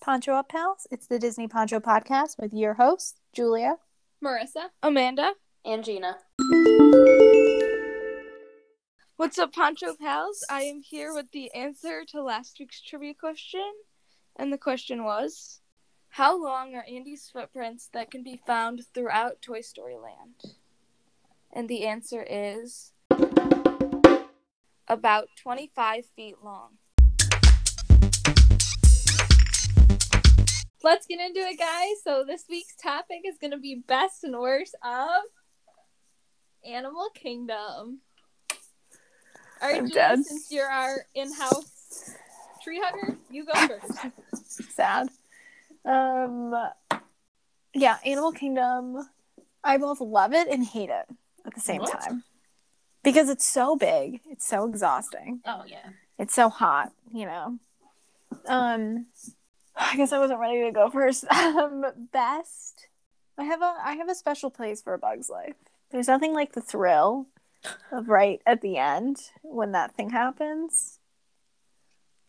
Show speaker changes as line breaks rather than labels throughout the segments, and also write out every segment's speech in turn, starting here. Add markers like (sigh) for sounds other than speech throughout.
Poncho Up Pals, it's the Disney Poncho Podcast with your hosts, Julia.
Marissa
Amanda.
and Gina.
What's up, Poncho Pals? I am here with the answer to last week's trivia question. And the question was How long are Andy's footprints that can be found throughout Toy Story Land? And the answer is about 25 feet long.
Let's get into it, guys. So this week's topic is going to be best and worst of Animal Kingdom. All right,
I'm
Julie,
dead.
since you're our in-house tree hugger, you go first.
Sad. Um, yeah, Animal Kingdom. I both love it and hate it at the same
What?
time because it's so big, it's so exhausting.
Oh yeah.
it's so hot, you know. Um, I guess I wasn't ready to go (laughs) first. Um, best. I have a I have a special place for a Bug's Life. There's nothing like the thrill of right at the end when that thing happens.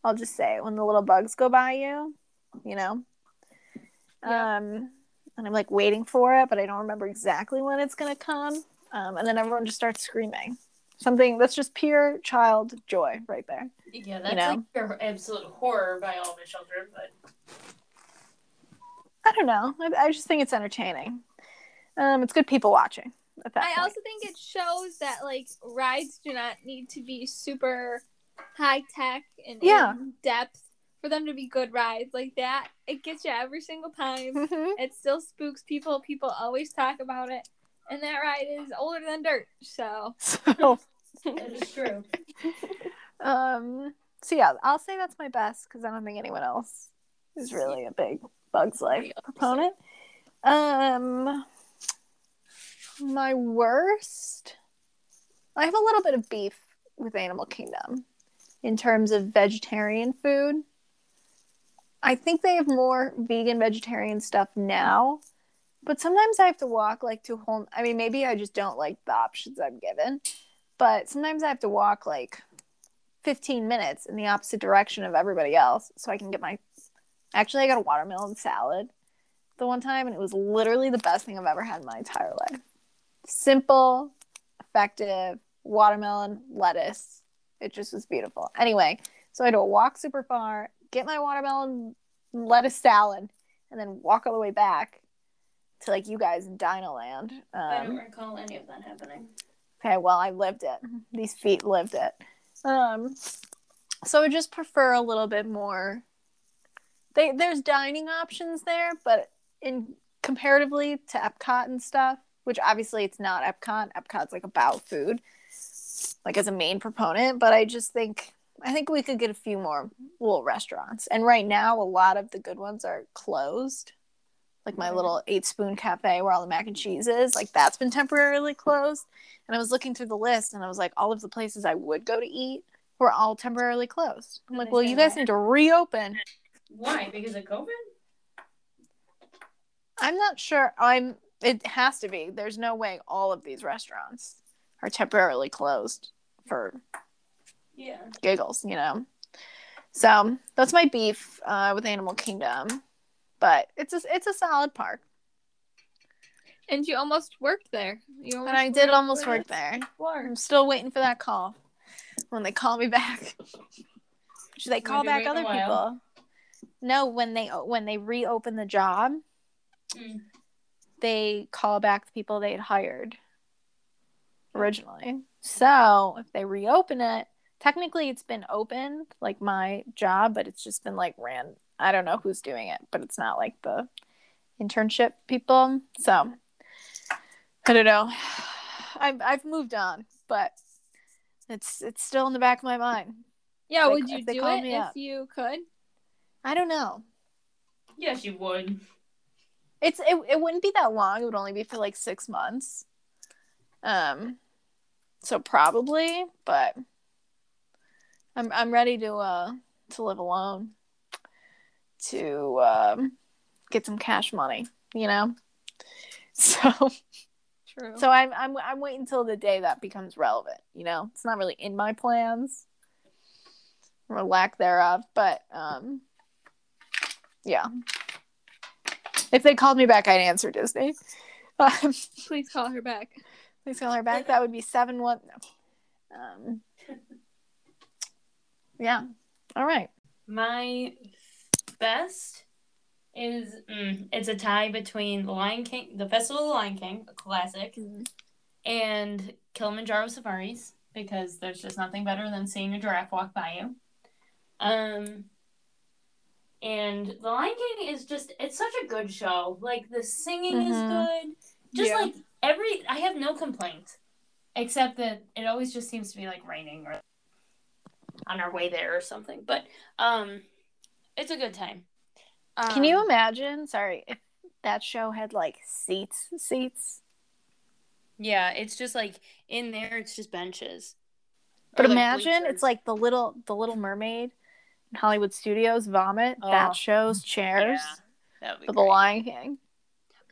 I'll just say it, when the little bugs go by you, you know.
Yeah.
Um, and I'm like waiting for it, but I don't remember exactly when it's gonna come. Um, and then everyone just starts screaming. Something that's just pure child joy right there.
Yeah, that's
know?
like your absolute horror by all the children, but
I don't know. I, I just think it's entertaining. Um, it's good people watching. At that
I
point.
also think it shows that like rides do not need to be super high tech and
Yeah.
in depth for them to be good rides like that. It gets you every single time.
Mhm.
It still spooks people. People always talk about it. And that ride is older than dirt. So,
(laughs) so,
that is true.
um, so yeah, I'll say that's my best because I don't think anyone else is really a big Bugs Life proponent. Um, my worst. I have a little bit of beef with Animal Kingdom in terms of vegetarian food. I think they have more vegan vegetarian stuff now, but sometimes I have to walk like to whole. I mean, maybe I just don't like the options I'm given, but sometimes I have to walk like 15 minutes in the opposite direction of everybody else so I can get my. Actually, I got a watermelon salad the one time, and it was literally the best thing I've ever had in my entire life. Simple, effective watermelon, lettuce. It just was beautiful. Anyway, so I had to walk super far, get my watermelon lettuce salad, and then walk all the way back to like you guys in Dinoland.
I don't
Um,
recall any of that happening.
okay, well, I lived it. These feet lived it. Mm-hmm. Um, so I just prefer a little bit more. They, there's dining options there, but in comparatively to Epcot and stuff, which obviously it's not Epcot. Epcot's like about food, like as a main proponent. But I just think I think we could get a few more little restaurants. And right now, a lot of the good ones are closed. Like my
Mhm.
little Eight Spoon Cafe, where all the mac and cheese is, like that's been temporarily closed. And I was looking through the list, and I was like, all of the places I would go to eat were all temporarily closed. I'm
Did
like,
they
well,
say
you guys
why?
need to reopen.
Why? Because of COVID?
I'm not sure. I'm. It has to be. There's no way all of these restaurants are temporarily closed for
Yeah.
giggles, you know. So that's my beef uh, with Animal Kingdom, but it's a it's a solid park,
and you almost worked there. You almost
and I did almost work there.
Floor.
I'm still waiting for that call when they call me back. Should they
We've
call
been
back
waiting
other
a while.
people? No, when they when they reopen the job,
Mm.
they call back the people they had hired originally. So if they reopen it, technically it's been opened, like my job, but it's just been like ran. I don't know who's doing it, but it's not like the internship people. So I don't know. (sighs) I've I've moved on, but it's it's still in the back of my mind.
Yeah,
They-
would you
if they
do
call
it
me
if
up.
you could?
I don't know.
Yes, you would.
It's it, it wouldn't be that long. It would only be for like six months. Um, so probably, but I'm I'm ready to uh to live alone, to um get some cash money, you know. (laughs) So
True.
So I'm I'm I'm waiting until the day that becomes relevant. You know, it's not really in my plans or lack thereof. But um, yeah. If they called me back, I'd answer Disney. Um, (laughs)
please call her back.
please call her back. That would be seven one. No. Um, yeah. All right.
My best is mm, it's a tie between Lion King, the Festival of the Lion King, a classic,
Mhm.
and Kilimanjaro Safaris because there's just nothing better than seeing a giraffe walk by you. Um, and The Lion King is just it's such a good show. Like the singing
Mhm.
is good. Just
Yeah.
like every I have no complaint except that it always just seems to be like raining or on our way there or something. But um, it's a good time.
Can you
Um,
imagine? Sorry, if that show had like seats, seats.
Yeah, it's just like in there, it's just benches.
But
Or, like,
imagine
bleachers.
it's like the little the Little Mermaid, in Hollywood Studios, Vomit,
Oh.
that shows chairs,
Yeah, that would be
but The
great.
Lion King.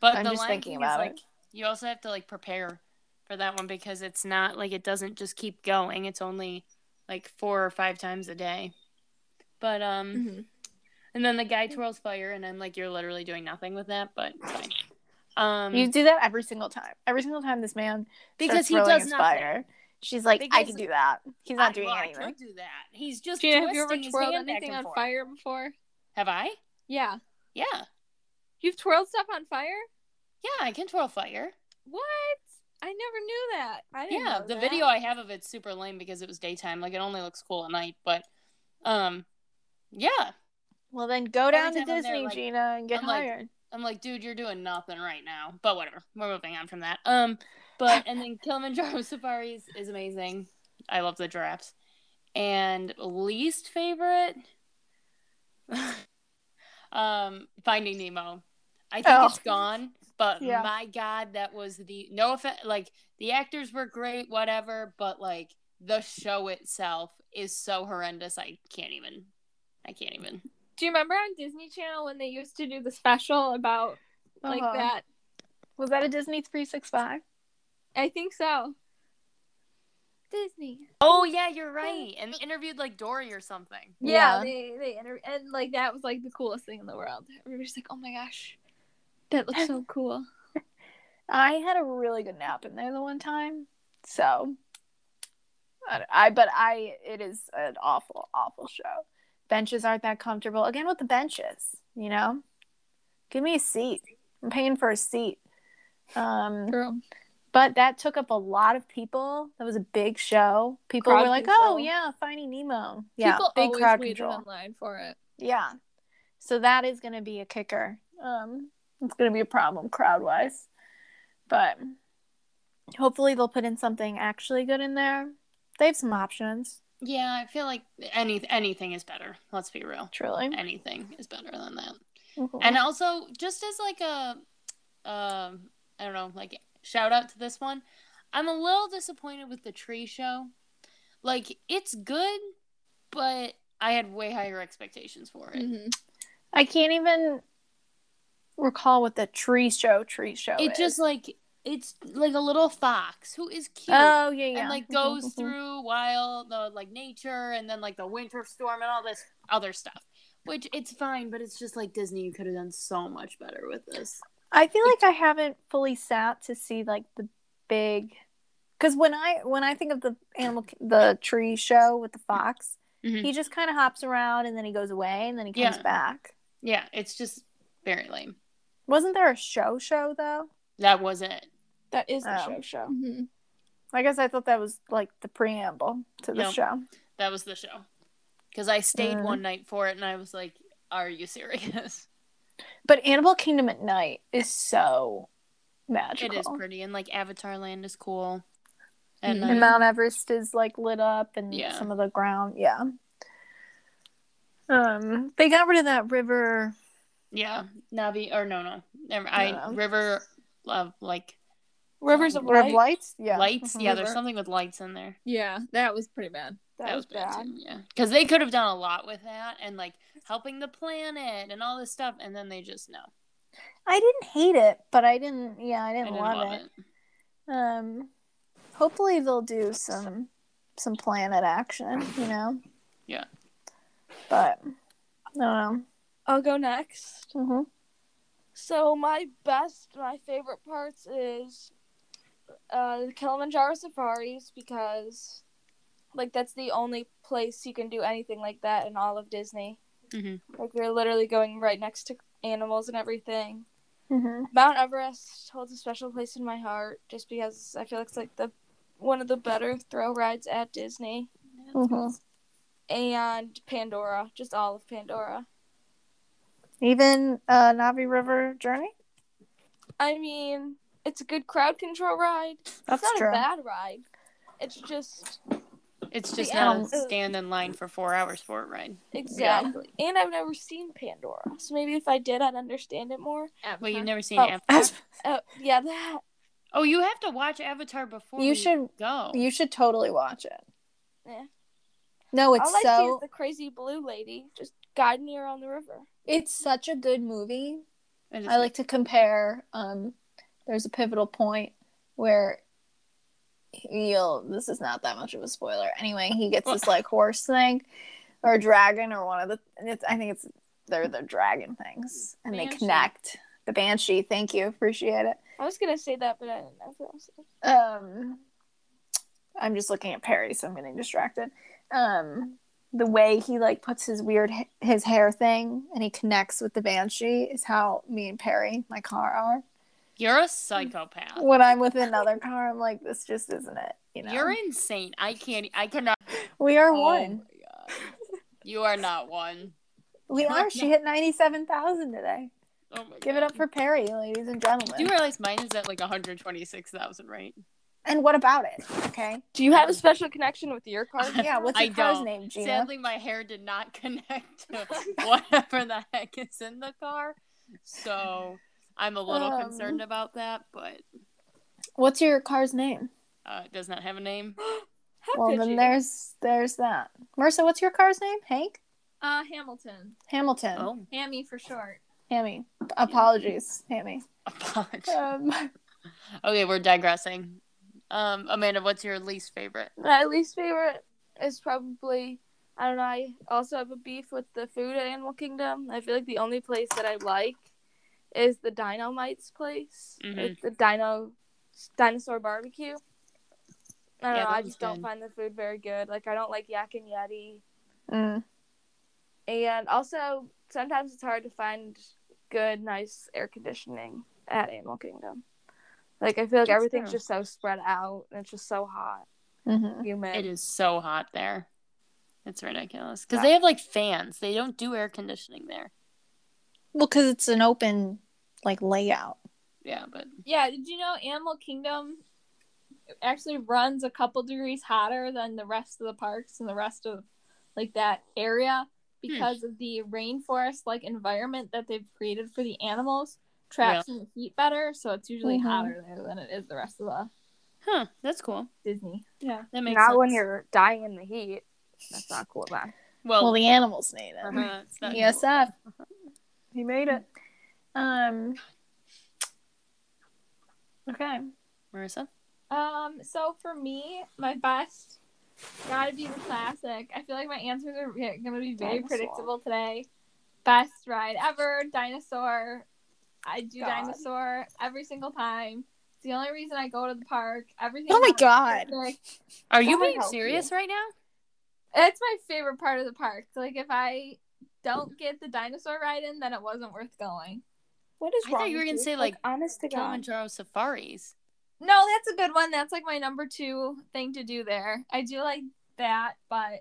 But
I'm
the
just
Lion
thinking
King is,
about it.
like, You also have to like prepare for that one because it's not like it doesn't just keep going. It's only like four or five times a day. But um,
Mm-hmm.
Mm-hmm.
and then the guy twirls fire, and I'm like, you're literally doing nothing with that, but it's fine. Um,
You do that every single time. Every single time this man
because
starts
he
twirling
does
his
nothing.
fire, she's like, I
Because-
can do that. He's not
I-
doing
well, I
anything.
could do that. He's just
Gina, have you
twisting
ever
his
twirled
hand back
anything
and
on
forth.
fire before?
Have I?
Yeah.
Yeah,
You've twirled stuff on fire?
yeah, I can twirl fire.
What? I never knew that. I didn't
Yeah,
know
the
that.
video I have of it's super lame because it was daytime. Like it only looks cool at night, but um yeah.
Well, then go down to
time I'm there,
Disney,
like,
Gina, and get
I'm like-
hired.
I'm like, dude, you're doing nothing right now. But whatever. We're moving on from that. Um but and then Kilimanjaro (laughs) Safaris is amazing. I love the giraffes. And least favorite (laughs) um Finding Nemo. I think
Oh.
it's gone, but
Yeah.
my god, that was the no offense like the actors were great, whatever, but like the show itself is so horrendous I can't even I can't even.
Do you remember on Disney Channel when they used to do the special about like
Uh-huh.
that?
Was that a Disney 365?
I think so. Disney.
Oh yeah, you're right. And they interviewed like Dory or something.
Yeah,
Yeah.
they they inter- and like that was like the coolest thing in the world. Everybody's like, "Oh my gosh, that looks so cool."
I had a really good nap in there the one time. So, I, I but I it is an awful awful show. Benches aren't that comfortable. Again with the benches, you know. Give me a seat. I'm paying for a seat. Um,
True.
but that took up a lot of people. That was a big show. People
Crowd
were like, "Oh
control.
yeah, Finding Nemo." Yeah,
People
big
always
crowd
waited
control.
in line for it.
Yeah. So that is going to be a kicker. Um, it's going to be a problem crowd wise. But hopefully they'll put in something actually good in there. They have some options,
Yeah, I feel like any anything is better. Let's be real.
truly.
Anything is better than that.
Mhm.
And also, just as like a, um, I don't know, like shout out to this one, I'm a little disappointed with the tree show. Like it's good, but I had way higher expectations for it.
Mhm.
I can't even recall what the tree show tree show
It
is.
just like it's like a little fox who is cute.
Oh, yeah, yeah.
and (laughs) like
Mhm,
goes
mhm.
through while the like nature and then like the winter storm and all this other stuff which it's fine but it's just like disney you could have done so much better with this
I feel like I haven't fully sat to see like the big cuz when I when I think of the animal the tree show with the fox,
Mhm.
he just kind of hops around and then he goes away and then he comes
Yeah.
back.
yeah it's just very lame
Wasn't there a show show though?
that was it
That is the
Oh.
show show. Mhm.
I guess I thought that was like the preamble to the
No.
show.
that was the show because i stayed
Mm.
one night for it and i was like are you serious (laughs)
But Animal Kingdom at night is so
it
magical.
is pretty and like avatar land is cool and
Mhm.
And
uh,
Mount Everest is like lit up and
Yeah.
some of the ground, yeah. Um they got rid of that river
yeah navi or no no Never, i
No.
river love like
Rivers of
River
Light.
of lights, yeah.
lights
Mhm.
yeah Mm-hmm. there's
River.
something with lights in there
Yeah, that was pretty bad.
That,
That was bad, too. Yeah, because they could have done a lot with that and like helping the planet and all this stuff, and then they just no.
I didn't hate it, but I didn't. Yeah, I
I
didn't,
didn't
love,
love
it.
it.
Um, hopefully they'll do some some planet action. You know.
Yeah.
But I don't know.
I'll go next.
Mm-hmm.
So my best, my favorite parts is uh, the Kilimanjaro safaris because, like, that's the only place you can do anything like that in all of Disney.
Mhm.
Like, you're literally going right next to animals and everything.
Mm-hmm.
Mount Everest holds a special place in my heart just because I feel it's like the one of the better thrill rides at Disney
Mm-hmm.
and Pandora, just all of Pandora.
Even uh, Navi River Journey.
I mean, it's a good crowd control ride.
That's
it's not
true.
a bad ride. It's just
It's just
Yeah.
not a stand in line for four hours for a ride.
exactly. And I've never seen Pandora, so maybe if I did, I'd understand it more.
Well,
Uh-huh.
you've never seen
Oh.
Avatar.
Oh, yeah, that.
Oh, you have to watch Avatar before
You
we
should
go.
you should totally watch it.
Yeah.
No,
All
it's
I see
so
is the crazy blue lady just guiding you around the river.
it's such a good movie.
It is-
I like to compare. Um, there's a pivotal point where he'll. This is not that much of a spoiler. Anyway, he gets this like horse thing, or dragon, or one of the. and It's, I think it's they're the dragon things, and they
Banshee.
connect. The banshee. Thank you. Appreciate it.
I was gonna say that, but I didn't know. if I was-
Um, I'm just looking at Perry, so I'm getting distracted. Um, the way he like puts his weird h- his hair thing and he connects with the banshee is how me and Perry, my car, are.
You're a psychopath.
When I'm with another car, I'm like, this just isn't it. You know,
You're insane. I can't. e, I cannot.
we are
Oh
one.
my God. You are not one.
We are. She hit ninety-seven thousand today.
Oh my
Give it up for Perry, ladies and
God.
gentlemen.
Do you realize mine is at like 126,000, right?
and what about it? Okay.
(laughs)
Do you have
Um,
a special connection with your card?
(laughs) Yeah. What's
I
your car's
don't.
name, Gina?
Sadly, my hair did not (laughs) connect to whatever the heck is in the car. So I'm a little
Um.
concerned about that, but
What's your car's name?
uh, it does not have a name.
(gasps) How
Well,
could
then
you?
there's there's that. Marissa, what's your car's name? Hank.
Uh, Hamilton.
Hamilton.
Oh, (laughs)
Hammy for short.
Hammy. Apologies, Hammy.
apologies.
Um, (laughs)
Okay, we're digressing. Um, Amanda, what's your least favorite?
My least favorite is probably I don't know. I also have a beef with the food at Animal Kingdom. I feel like the only place that I like is the Dynamite's place.
Mhm.
It's the Dino Dinosaur Barbecue. I don't
Yeah,
know.
that
I
one's
just
good.
don't find the food very good. Like I don't like Yak and Yeti,
mm,
and also sometimes it's hard to find good, nice air conditioning at Animal Kingdom. Like I feel like
That's
everything's
true.
just so spread out and it's just so hot,
mhm.
humid.
It is so hot there. It's ridiculous because they have like fans. They don't do air conditioning there.
Well, because it's an open like layout.
Yeah, but
Yeah, did you know Animal Kingdom actually runs a couple degrees hotter than the rest of the parks and the rest of like that area
Hmm.
because of the rainforest like environment that they've created for the animals traps in the heat better, so it's usually
Mm-hmm.
Mhm.
hotter there than it is the rest of the
huh, that's cool.
Disney. Yeah.
That makes
Not
sense.
when you're dying in the heat. That's not cool, man.
well.
Well, the animals made it.
uh-huh, it's not cool.
ESF. He made it. Um. Okay.
Marissa.
Um, so for me, my best gotta be the classic. I feel like my answers are ve- gonna be very
Dinosaur.
predictable today. Best ride ever, dinosaur. I do
God.
dinosaur every single time. It's the only reason I go to the park. Everything.
Oh my
about
god.
it is like-
Are you
Someone
being
help
serious right now?
It's my favorite part of the park. Like if I don't get the dinosaur ride in, then it wasn't worth going.
What is
I thought you were
with
gonna say, like,
honest to God.
Kilimanjaro safaris.
No, that's a good one. That's like my number two thing to do there. I do like that, but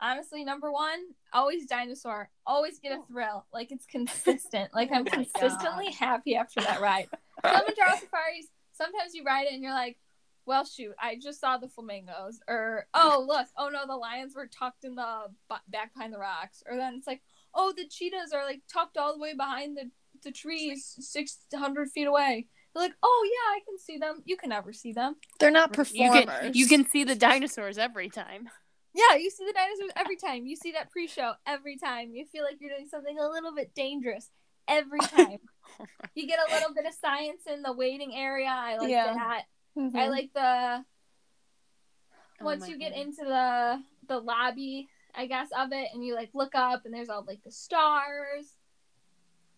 honestly, number one, always dinosaur. Always get a thrill. Like it's consistent. Like I'm
Oh my
consistently happy after that ride. Kilimanjaro safaris. Sometimes you ride it and you're like, "Well, shoot, I just saw the flamingos," or "Oh, look, oh no, the lions were tucked in the bu- back behind the rocks," or then it's like, "Oh, the cheetahs are like tucked all the way behind the the trees, six hundred feet away." They're like, "Oh yeah, I can see them. You can never see them."
They're not
You
performers.
can you can see the dinosaurs every time.
Yeah, you see the dinosaurs every time. You see that pre-show every time. You feel like you're doing something a little bit dangerous every time. You get a little bit of science in the waiting area. I like
Yeah.
that. I like the
Oh
once
my
you get
God.
into the the lobby, I guess of it, and you like look up, and there's all like the stars,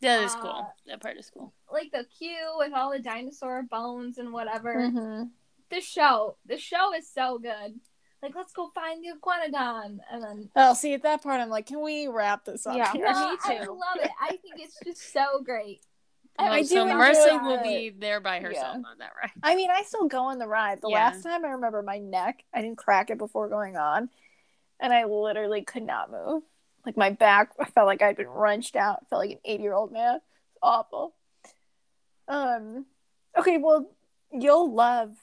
Yeah, that is cool.
uh,
That part is cool.
like the queue with all the dinosaur bones and whatever.
hmm
The show, the show is so good. Like, let's go find the iguanodon, and then
Oh, see, at that part, I'm like, can we wrap this up?
Yeah.
here?
No,
me
I
too.
love it. I think (laughs) it's just so great.
I
Oh,
do
so
enjoy
Marcy
that.
will be there by herself on that ride.
I mean, I still go on the ride. The
Yeah.
last time I remember my neck, I didn't crack it before going on, and I literally could not move. Like my back, (laughs) I felt like I'd been wrenched out. I felt like an eighty-year-old man. It's awful. Um. Okay, well, you'll love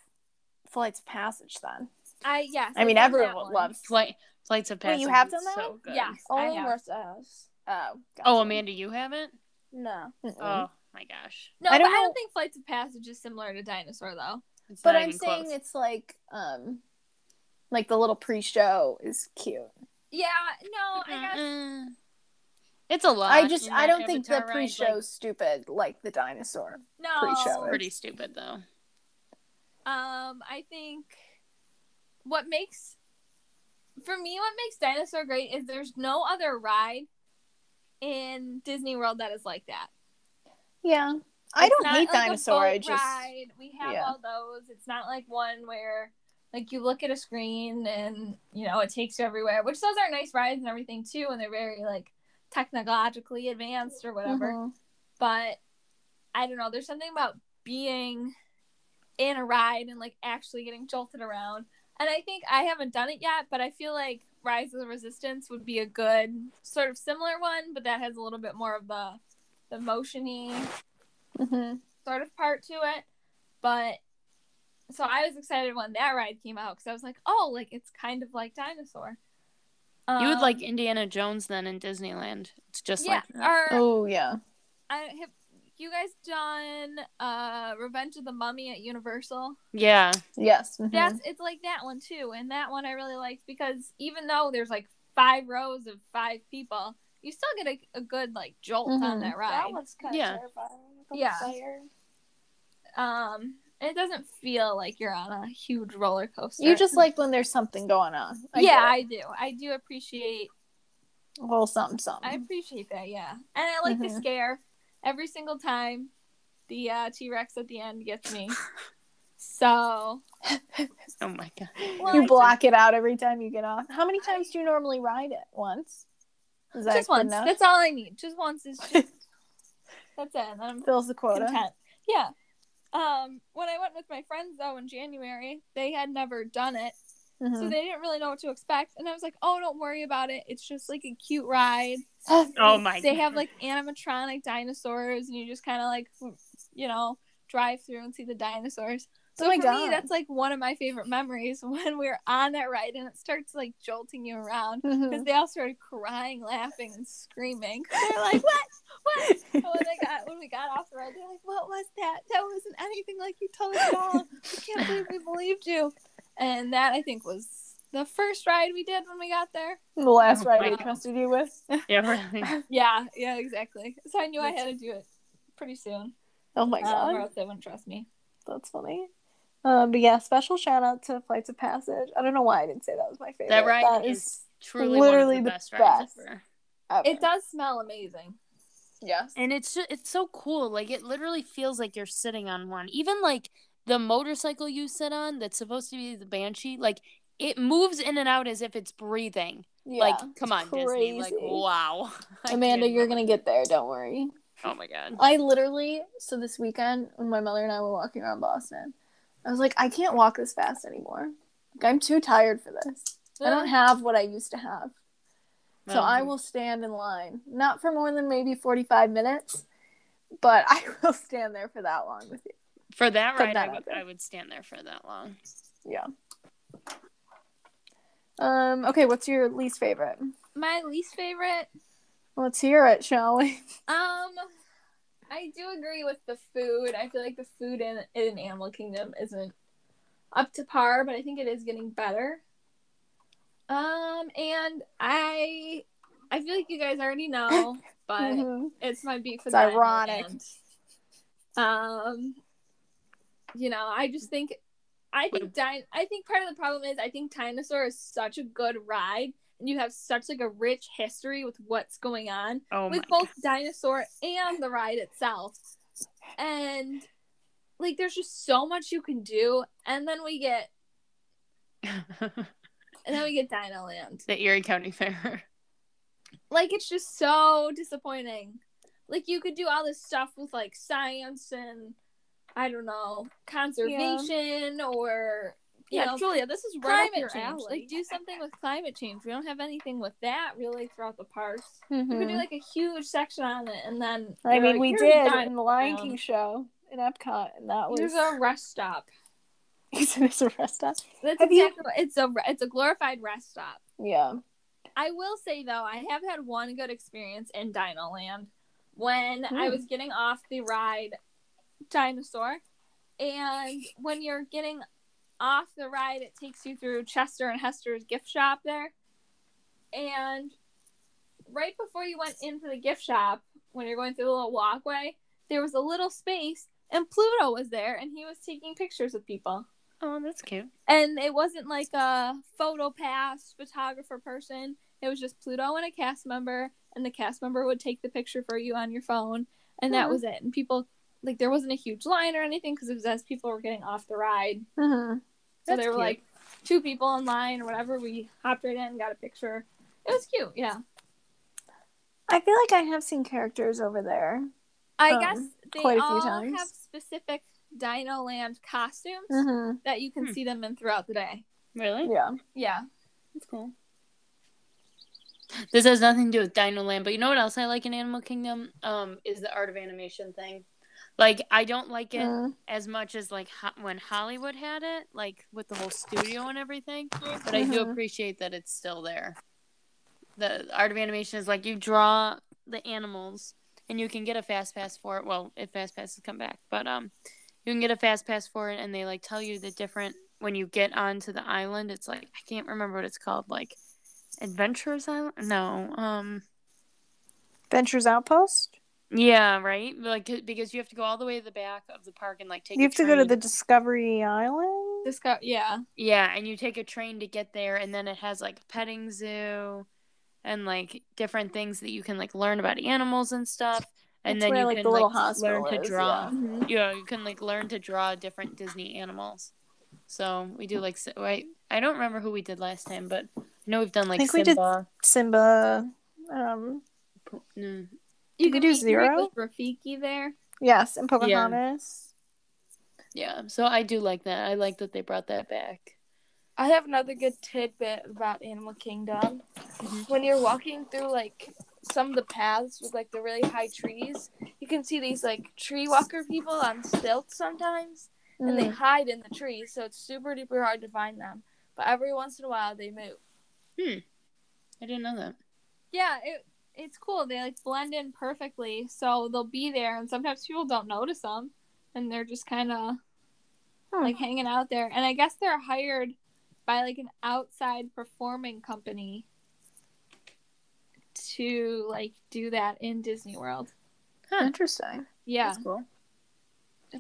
Flights of Passage then.
I yes.
I mean,
love
everyone
that one.
loves.
Flight, flights of
Wait,
passage.
you have
is
done that
So
one?
good.
Yes, I
Only
have.
worth us. Oh.
Oh,
gotcha.
Amanda, you haven't?
No. Mm-mm.
Oh my gosh.
No,
I
but
don't
I
know-
don't think Flights of Passage is similar to Dinosaur though.
It's
but
not
I'm
even
saying
close.
it's like, um, like the little pre-show is cute.
Yeah, no, I guess
Mm-mm. Uh, It's a lot.
I just
and
I
that
don't think the
Avatar ride, like,
pre-show's stupid like the dinosaur.
no.
Pretty sure.
pretty stupid though.
Um, I think what makes for me what makes Dinosaur great is there's no other ride in Disney World that is like that.
Yeah. I
It's
don't
not
hate
like a
dinosaur. I
boat
just
ride. we have
yeah.
all those. It's not like one where like you look at a screen and you know it takes you everywhere. Which those are nice rides and everything too, and they're very like technologically advanced or whatever.
Mhm.
But I don't know. There's something about being in a ride and like actually getting jolted around. And I think I haven't done it yet, but I feel like Rise of the Resistance would be a good sort of similar one, but that has a little bit more of the the motiony
Mhm.
sort of part to it. But so I was excited when that ride came out because I was like, oh, like it's kind of like dinosaur.
you would
Um,
like Indiana Jones then in Disneyland. It's just
yeah.
like uh, that.
Or
Oh yeah.
I have you guys done uh Revenge of the Mummy at Universal?
Mm-hmm.
yeah.
Yes. mhm.
That's it's like that one too, and that one I really liked because even though there's like five rows of five people, you still get a, a good like jolt on
Mhm.
that ride.
That one's kind of
Yeah.
terrifying. The
Yeah.
fire.
Um, it doesn't feel like you're on a huge roller coaster.
You just like when there's something going on. I get
yeah, I do. I do appreciate.
it. a little something
I
something.
appreciate that. Yeah, and I like the
Mhm.
scare every single time. The uh, T Rex at the end
(laughs)
gets me. So
Oh my god.
well, I
you
just-
block it out every time you get off. How many times do you normally ride it? Once. Is that
just
good
once.
enough?
That's all I need. Just once is just. that's it. And I'm
Fills the quota.
content. Yeah. Um, when I went with my friends though in January, they had never done it,
Mhm.
so they didn't really know what to expect. And I was like, "Oh, don't worry about it. It's just like a cute ride.
Oh my
They
god.
have like animatronic dinosaurs, and you just kind of like, you know, drive through and see the dinosaurs." So
Oh my
for me,
God.
that's like one of my favorite memories (laughs) when we're on that ride and it starts like jolting you around
Mhm.
because they all started crying, laughing, and screaming. (laughs) They're like, "What? What?" And when they got when we got off the ride, they're like, "What was that? That wasn't anything like you told us at all. I can't believe we believed you." And that I think was the first ride we did when we got there.
the last
Oh my
ride we
God.
trusted you with.
Yeah, really.
Yeah, yeah, exactly. So I knew I had to do it pretty soon,
Oh
(laughs)
my
um,
god.
or else they wouldn't trust me.
That's funny. Um, but yeah, special shout out to Flights of Passage. I don't know why I didn't say that was my favorite.
That ride
That
is
is
Truly
Literally
one of
the
the, best, rides
best.
ever.
ever.
It does smell amazing.
Yes.
And it's just, it's so cool. Like it literally feels like you're sitting on one. Even like the motorcycle you sit on that's supposed to be the banshee, like it moves in and out as if it's breathing.
Yeah.
like come on, Disney. Like
crazy.
wow. (laughs) I
Amanda,
can't
you're
even-
gonna get there. Don't worry.
Oh my god.
I literally so this weekend when my mother and I were walking around Boston, I was like, I can't walk this fast anymore. Like, I'm too tired for this. I don't have what I used to have. So
Um,
I will stand in line, not for more than maybe 45 minutes, but I (laughs) will stand there for that long with you.
for that
put
ride
that
I
out
would,
there.
I would stand there for that long.
Yeah. Um, okay, what's your least favorite?
My least favorite
Let's hear it, shall we?
Um, I do agree with the food. I feel like the food in in Animal Kingdom isn't up to par, but I think it is getting better. Um, and I I feel like you guys already know,
(laughs)
but
Mhm.
it's my beat for
It's
the
ironic.
End. Um, you know, I just think, I think din- I think part of the problem is I think Dinosaur is such a good ride, and you have such like a rich history with what's going on
Oh
with
my.
both Dinosaur and the ride itself, and like there's just so much you can do, and then we get and then we get Dino Land.
(laughs) the Erie County Fair. (laughs)
like it's just so disappointing. Like you could do all this stuff with like science and I don't know conservation or you
Yeah,
know
Julia, this is right up
climate
your
change. Like
alley.
do something with climate change. We don't have anything with that really throughout the parks. We
Hmm.
could do
Mhm.
like a huge section on it, and then
I
we're
mean,
like,
we
"Here's
did
Dino
in the Lion
Land.
King show in Epcot, and that was
Here's
(laughs)
our rest stop.
it's a rest stop.
That's
Have you-
exactly what- it's a it's a glorified rest stop.
Yeah,
I will say though, I have had one good experience in Dino Land when I
Hmm.
was getting off the ride dinosaur. And when you're getting off the ride, it takes you through Chester and Hester's gift shop there. And right before you went into the gift shop, when you're going through the little walkway, there was a little space and Pluto was there and he was taking pictures of people
Oh, that's cute.
and it wasn't like a photo pass photographer person it was just pluto and a cast member and the cast member would take the picture for you on your phone and that
Mhm.
was it and people like there wasn't a huge line or anything because it was as people were getting off the ride
Mhm.
so
That's
there were
cute.
like two people in line or whatever we hopped right in and got a picture it was cute yeah
I feel like I have seen characters over there.
i
Um,
guess they
quite a few
all
times.
have specific dino land costumes
hmm
that you can
Hmm.
see them in throughout the day
Really?
Yeah,
yeah
That's cool. This has nothing to do with Dino Land, but you know what else I like in Animal Kingdom? Um, is the art of animation thing. Like I don't like it
Mm.
as much as like ho- when Hollywood had it, like with the whole studio and everything. But I do
Mhm.
appreciate that it's still there. The art of animation is like you draw the animals, and you can get a fast pass for it. Well, if fast passes come back, but um, you can get a fast pass for it, and they like tell you the different when you get onto the island. It's like I can't remember what it's called, like Adventures Island. No, um,
Ventures Outpost.
yeah, right. Like because you have to go all the way to the back of the park and like take.
You
a
have to go to
train.
the Discovery Island.
Disco- yeah
Yeah, and you take a train to get there, and then it has like a petting zoo and like different things that you can like learn about animals and stuff. And
That's
then
where,
you
like,
can
the little
like learn
hospital
to
is,
draw.
yeah. Mm-hmm.
Mhm.
Yeah. you can like learn to draw different Disney animals. So we do like si- right. I don't remember who we did last time, but I know we've done like
think we did-
Simba.
Simba. Um,
We did...
You could do
meet Rick
zero.
with Rafiki there.
yes, and Pocahontas.
Yeah, so I do like that. I like that they brought that back.
I have another good tidbit about Animal Kingdom.
Mhm.
When you're walking through like some of the paths with like the really high trees, you can see these like tree walker people on stilts sometimes, and they
Mm.
hide in the trees, so it's super duper hard to find them. But every once in a while, they move.
I didn't know that.
Yeah, it, it's cool. They like blend in perfectly, so they'll be there, and sometimes people don't notice them, and they're just kind of
Hmm.
like hanging out there. And I guess they're hired by like an outside performing company to like do that in Disney World.
Huh.
Interesting.
Yeah,
That's cool.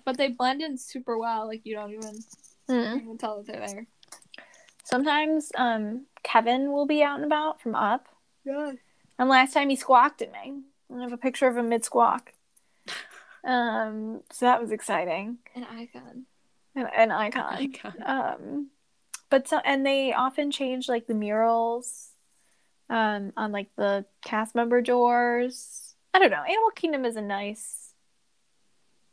but they blend in super well. Like you don't even,
Mm.
you don't even tell that they're there.
Sometimes um, Kevin will be out and about from up. And last time he squawked at me. I have a picture of him mid squawk. Um, so that was exciting.
An icon.
An, an
I
icon.
got-
Um, but so, and they often change like the murals um, on like the cast member doors. I don't know. Animal Kingdom is a nice,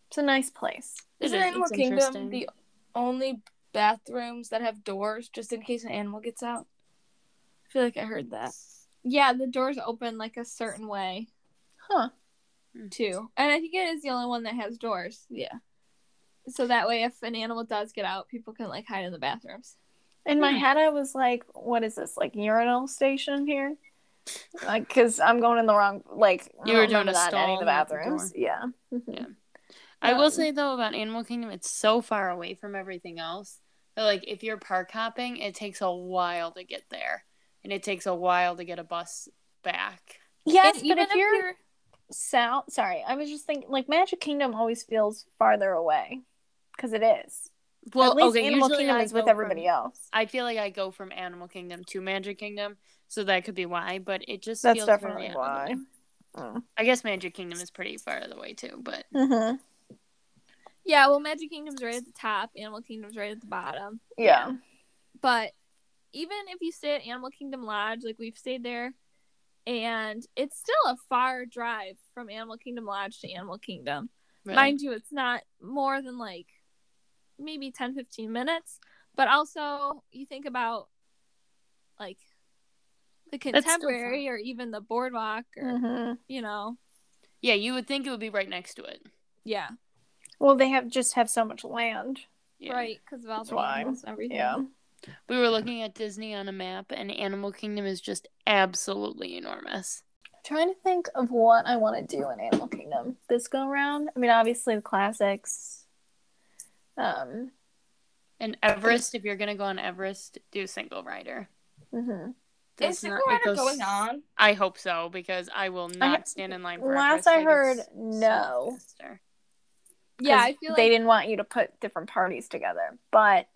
it's a nice place.
It
Isn't
is.
Animal
It's
Kingdom
interesting.
the only bathrooms that have doors just in case an animal gets out? I feel like I heard that.
Yeah, the doors open like a certain way.
Huh.
Too. And I think it is the only one that has doors.
Yeah.
So that way if an animal does get out, people can like hide in the bathrooms.
In my
Hmm.
head, I was like, what is this? Like urinal station here? Like, because I'm going in the wrong, like, I
You
don't
were doing
remember
a
that in any of the
stall, not the
bathrooms.
door.
Yeah.
I will
Um,
say though about Animal Kingdom, it's so far away from everything else. But like if you're park hopping, it takes a while to get there, and it takes a while to get a bus back.
Yes,
And
but if you're, sound sorry i was just thinking like magic kingdom always feels farther away because it is
Well,
at least
okay,
animal
usually
kingdom
I
is with
go
everybody
from-
else
I feel like I go from Animal Kingdom to Magic Kingdom, so that could be why. But it just
that's
feels
definitely
very out of the
why
way. I guess Magic Kingdom is pretty far out of the way too, but
mm-hmm.
Yeah, well, Magic Kingdom's right at the top, Animal Kingdom's right at the bottom.
(laughs) yeah
But even if you stay at Animal Kingdom Lodge, like we've stayed there, and it's still a far drive from Animal Kingdom Lodge to Animal Kingdom.
really.
Mind you, it's not more than like maybe 10 15 minutes, but also you think about like the
still
contemporary or even the boardwalk or
hmm
you know,
yeah, you would think it would be right next to it.
yeah,
well they have just have so much land
Yeah.
right because of all
That's
the
why.
animals and everything.
yeah
We were looking at Disney on a map, and Animal Kingdom is just absolutely enormous.
trying to think of what I want to do in Animal Kingdom this go around. I mean, obviously the classics. Um,
And Everest, if you're gonna go on Everest, do single rider.
mhm.
Is
That's
Single
not- it
Rider
goes-
going on?
I hope so because I will not stand in line for
last
Everest.
I
Like,
heard,
it's so
no.
faster.
Yeah,
'Cause
I feel like
they didn't want you to put different parties together, but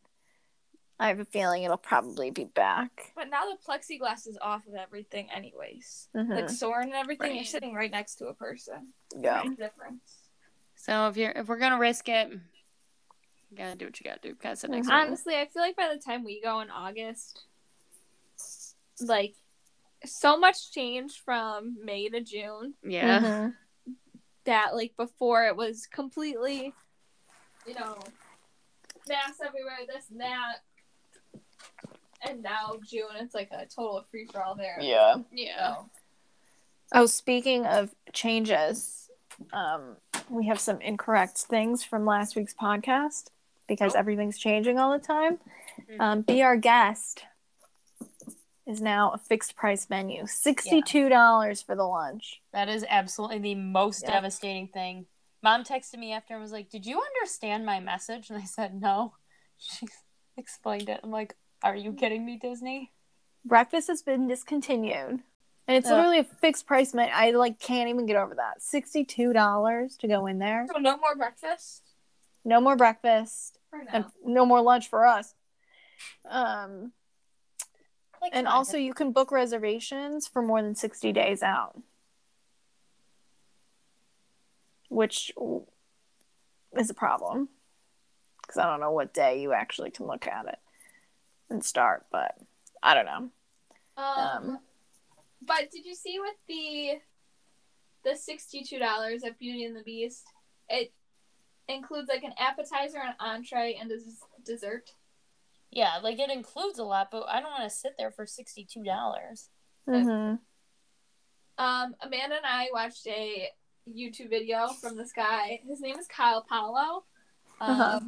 I have a feeling it'll probably be back.
But now the plexiglass is off of everything, anyways.
Mhm.
Like Soren and everything, you're
Right.
sitting right next to a person.
yeah,
Right Difference.
So if you're if we're gonna risk it, you gotta do what you gotta do. Cause the next
Mhm.
one.
honestly, I feel like by the time we go in August, like so much change from May to June
Yeah.
Mhm.
that like before it was completely, you know, masks everywhere, this and that. And now June, it's like a total free for all there.
yeah.
Yeah.
Oh, speaking of changes, um, we have some incorrect things from last week's podcast because everything's changing all the time.
Mhm.
Um, Be Our Guest is now a fixed price menu $62 for the lunch.
That is absolutely the most
Yeah.
devastating thing. Mom texted me after and was like, "Did you understand my message?" And I said, "No." (laughs) She explained it. I'm like, "Are you kidding me, Disney?"
Breakfast has been discontinued. And it's
Ugh.
literally a fixed price menu. I like can't even get over that. $62 to go in there.
So no more breakfast
No more breakfast
for now.
and no more lunch for us. Um
Like,
And
come on,
also, you can book reservations for more than 60 days out, which is a problem because I don't know what day you actually can look at it and start, but I don't know.
Um,
Um.
but did you see with the the sixty two dollars at Beauty and the Beast? It includes like an appetizer, an entree, and a s- dessert.
Yeah, like it includes a lot, but I don't want to sit there for sixty two dollars.
Mhm.
Um, Amanda and I watched a YouTube video from this guy. His name is Kyle Paulo. Um,
Uh-huh.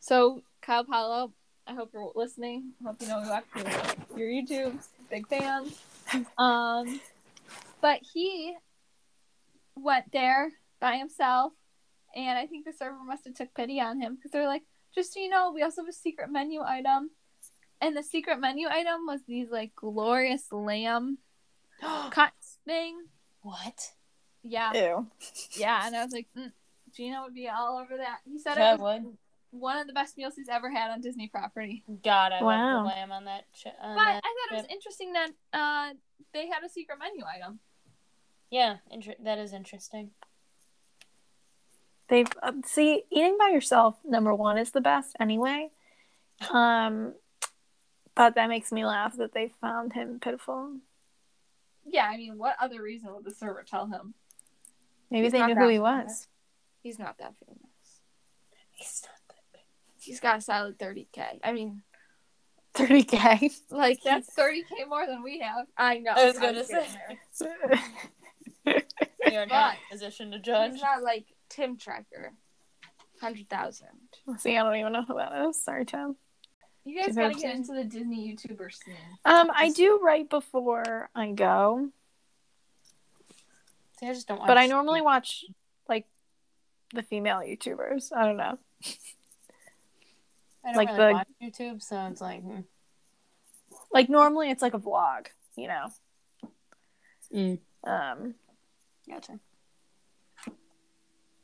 so Kyle Paulo, I hope you're listening. I hope you know we watch your, your YouTube. Big fan. Um, but he went there by himself, and I think the server must have took pity on him because they're like, just so you know, we also have a secret menu item, and the secret menu item was these like glorious lamb cuts thing.
what?
Yeah,
Ew.
yeah. And I was like, mm, Gina would be all over that. He said
Yeah, I
it was
would.
one of the best meals he's ever had on Disney property.
God, I
Wow.
love the lamb on that. Ch- on
But I
that.
thought it was interesting that uh, they had a secret menu item.
Yeah, inter- that is interesting.
They've, uh, see, eating by yourself, number one, is the best anyway. Um, but that makes me laugh that they found him pitiful.
Yeah, I mean, what other reason would the server tell him?
Maybe
He's
they
not
knew who
that
he
famous.
was. (laughs)
he's not that famous.
He's not that big.
He's got a solid 30k. I mean,
(laughs) 30K.
like
That's thirty k more than we have.
I know.
I was
I'm
gonna
getting
say.
there.
You're not in a position to judge.
he's not like Tim Tracker, hundred thousand.
See, I don't even know who that is. Sorry, Tim.
You guys
Is
gotta
that
get
okay?
into the Disney YouTuber scene.
Um, I do right before I go,
(laughs) See, I just don't.
but I
watch-
normally watch like the female YouTubers. I don't know.
I don't
like
really
the-
watch YouTube, so it's like mm.
Like normally it's like a vlog, you know.
Mm.
Um,
gotcha.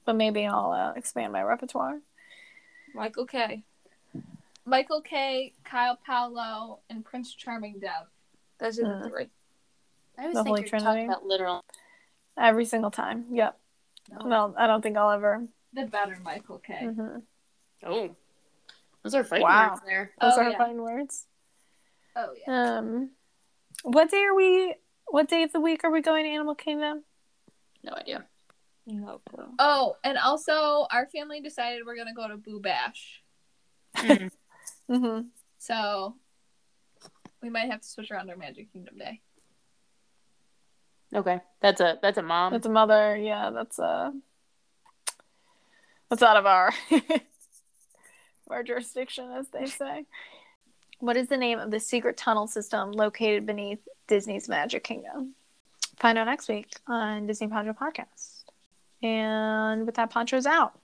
but maybe I'll uh, expand my repertoire.
Michael K.
Michael K, Kyle Paolo, and Prince Charming Dev.
Those are the
Uh.
three.
I was
The Holy
thinking you're talking
Trinity?
about literal.
Every single time. Yep.
No.
No, I don't think I'll ever.
The better Michael K.
Mhm.
Oh, those are fighting
Wow.
words there.
Those
Oh,
are
yeah.
fine words.
Oh yeah.
Um, what day are we? What day of the week are we going to Animal Kingdom?
No idea.
No clue.
Oh, and also our family decided we're gonna go to Boo Bash,
Mm-hmm.
so we might have to switch around our Magic Kingdom day.
Okay, that's a that's a mom.
That's a Um, mother. Yeah, that's uh That's out of our (laughs) our jurisdiction, as they say. What is the name of the secret tunnel system located beneath Disney's Magic Kingdom? Find out next week on Disney Poncho Podcast. And with that, Poncho's out.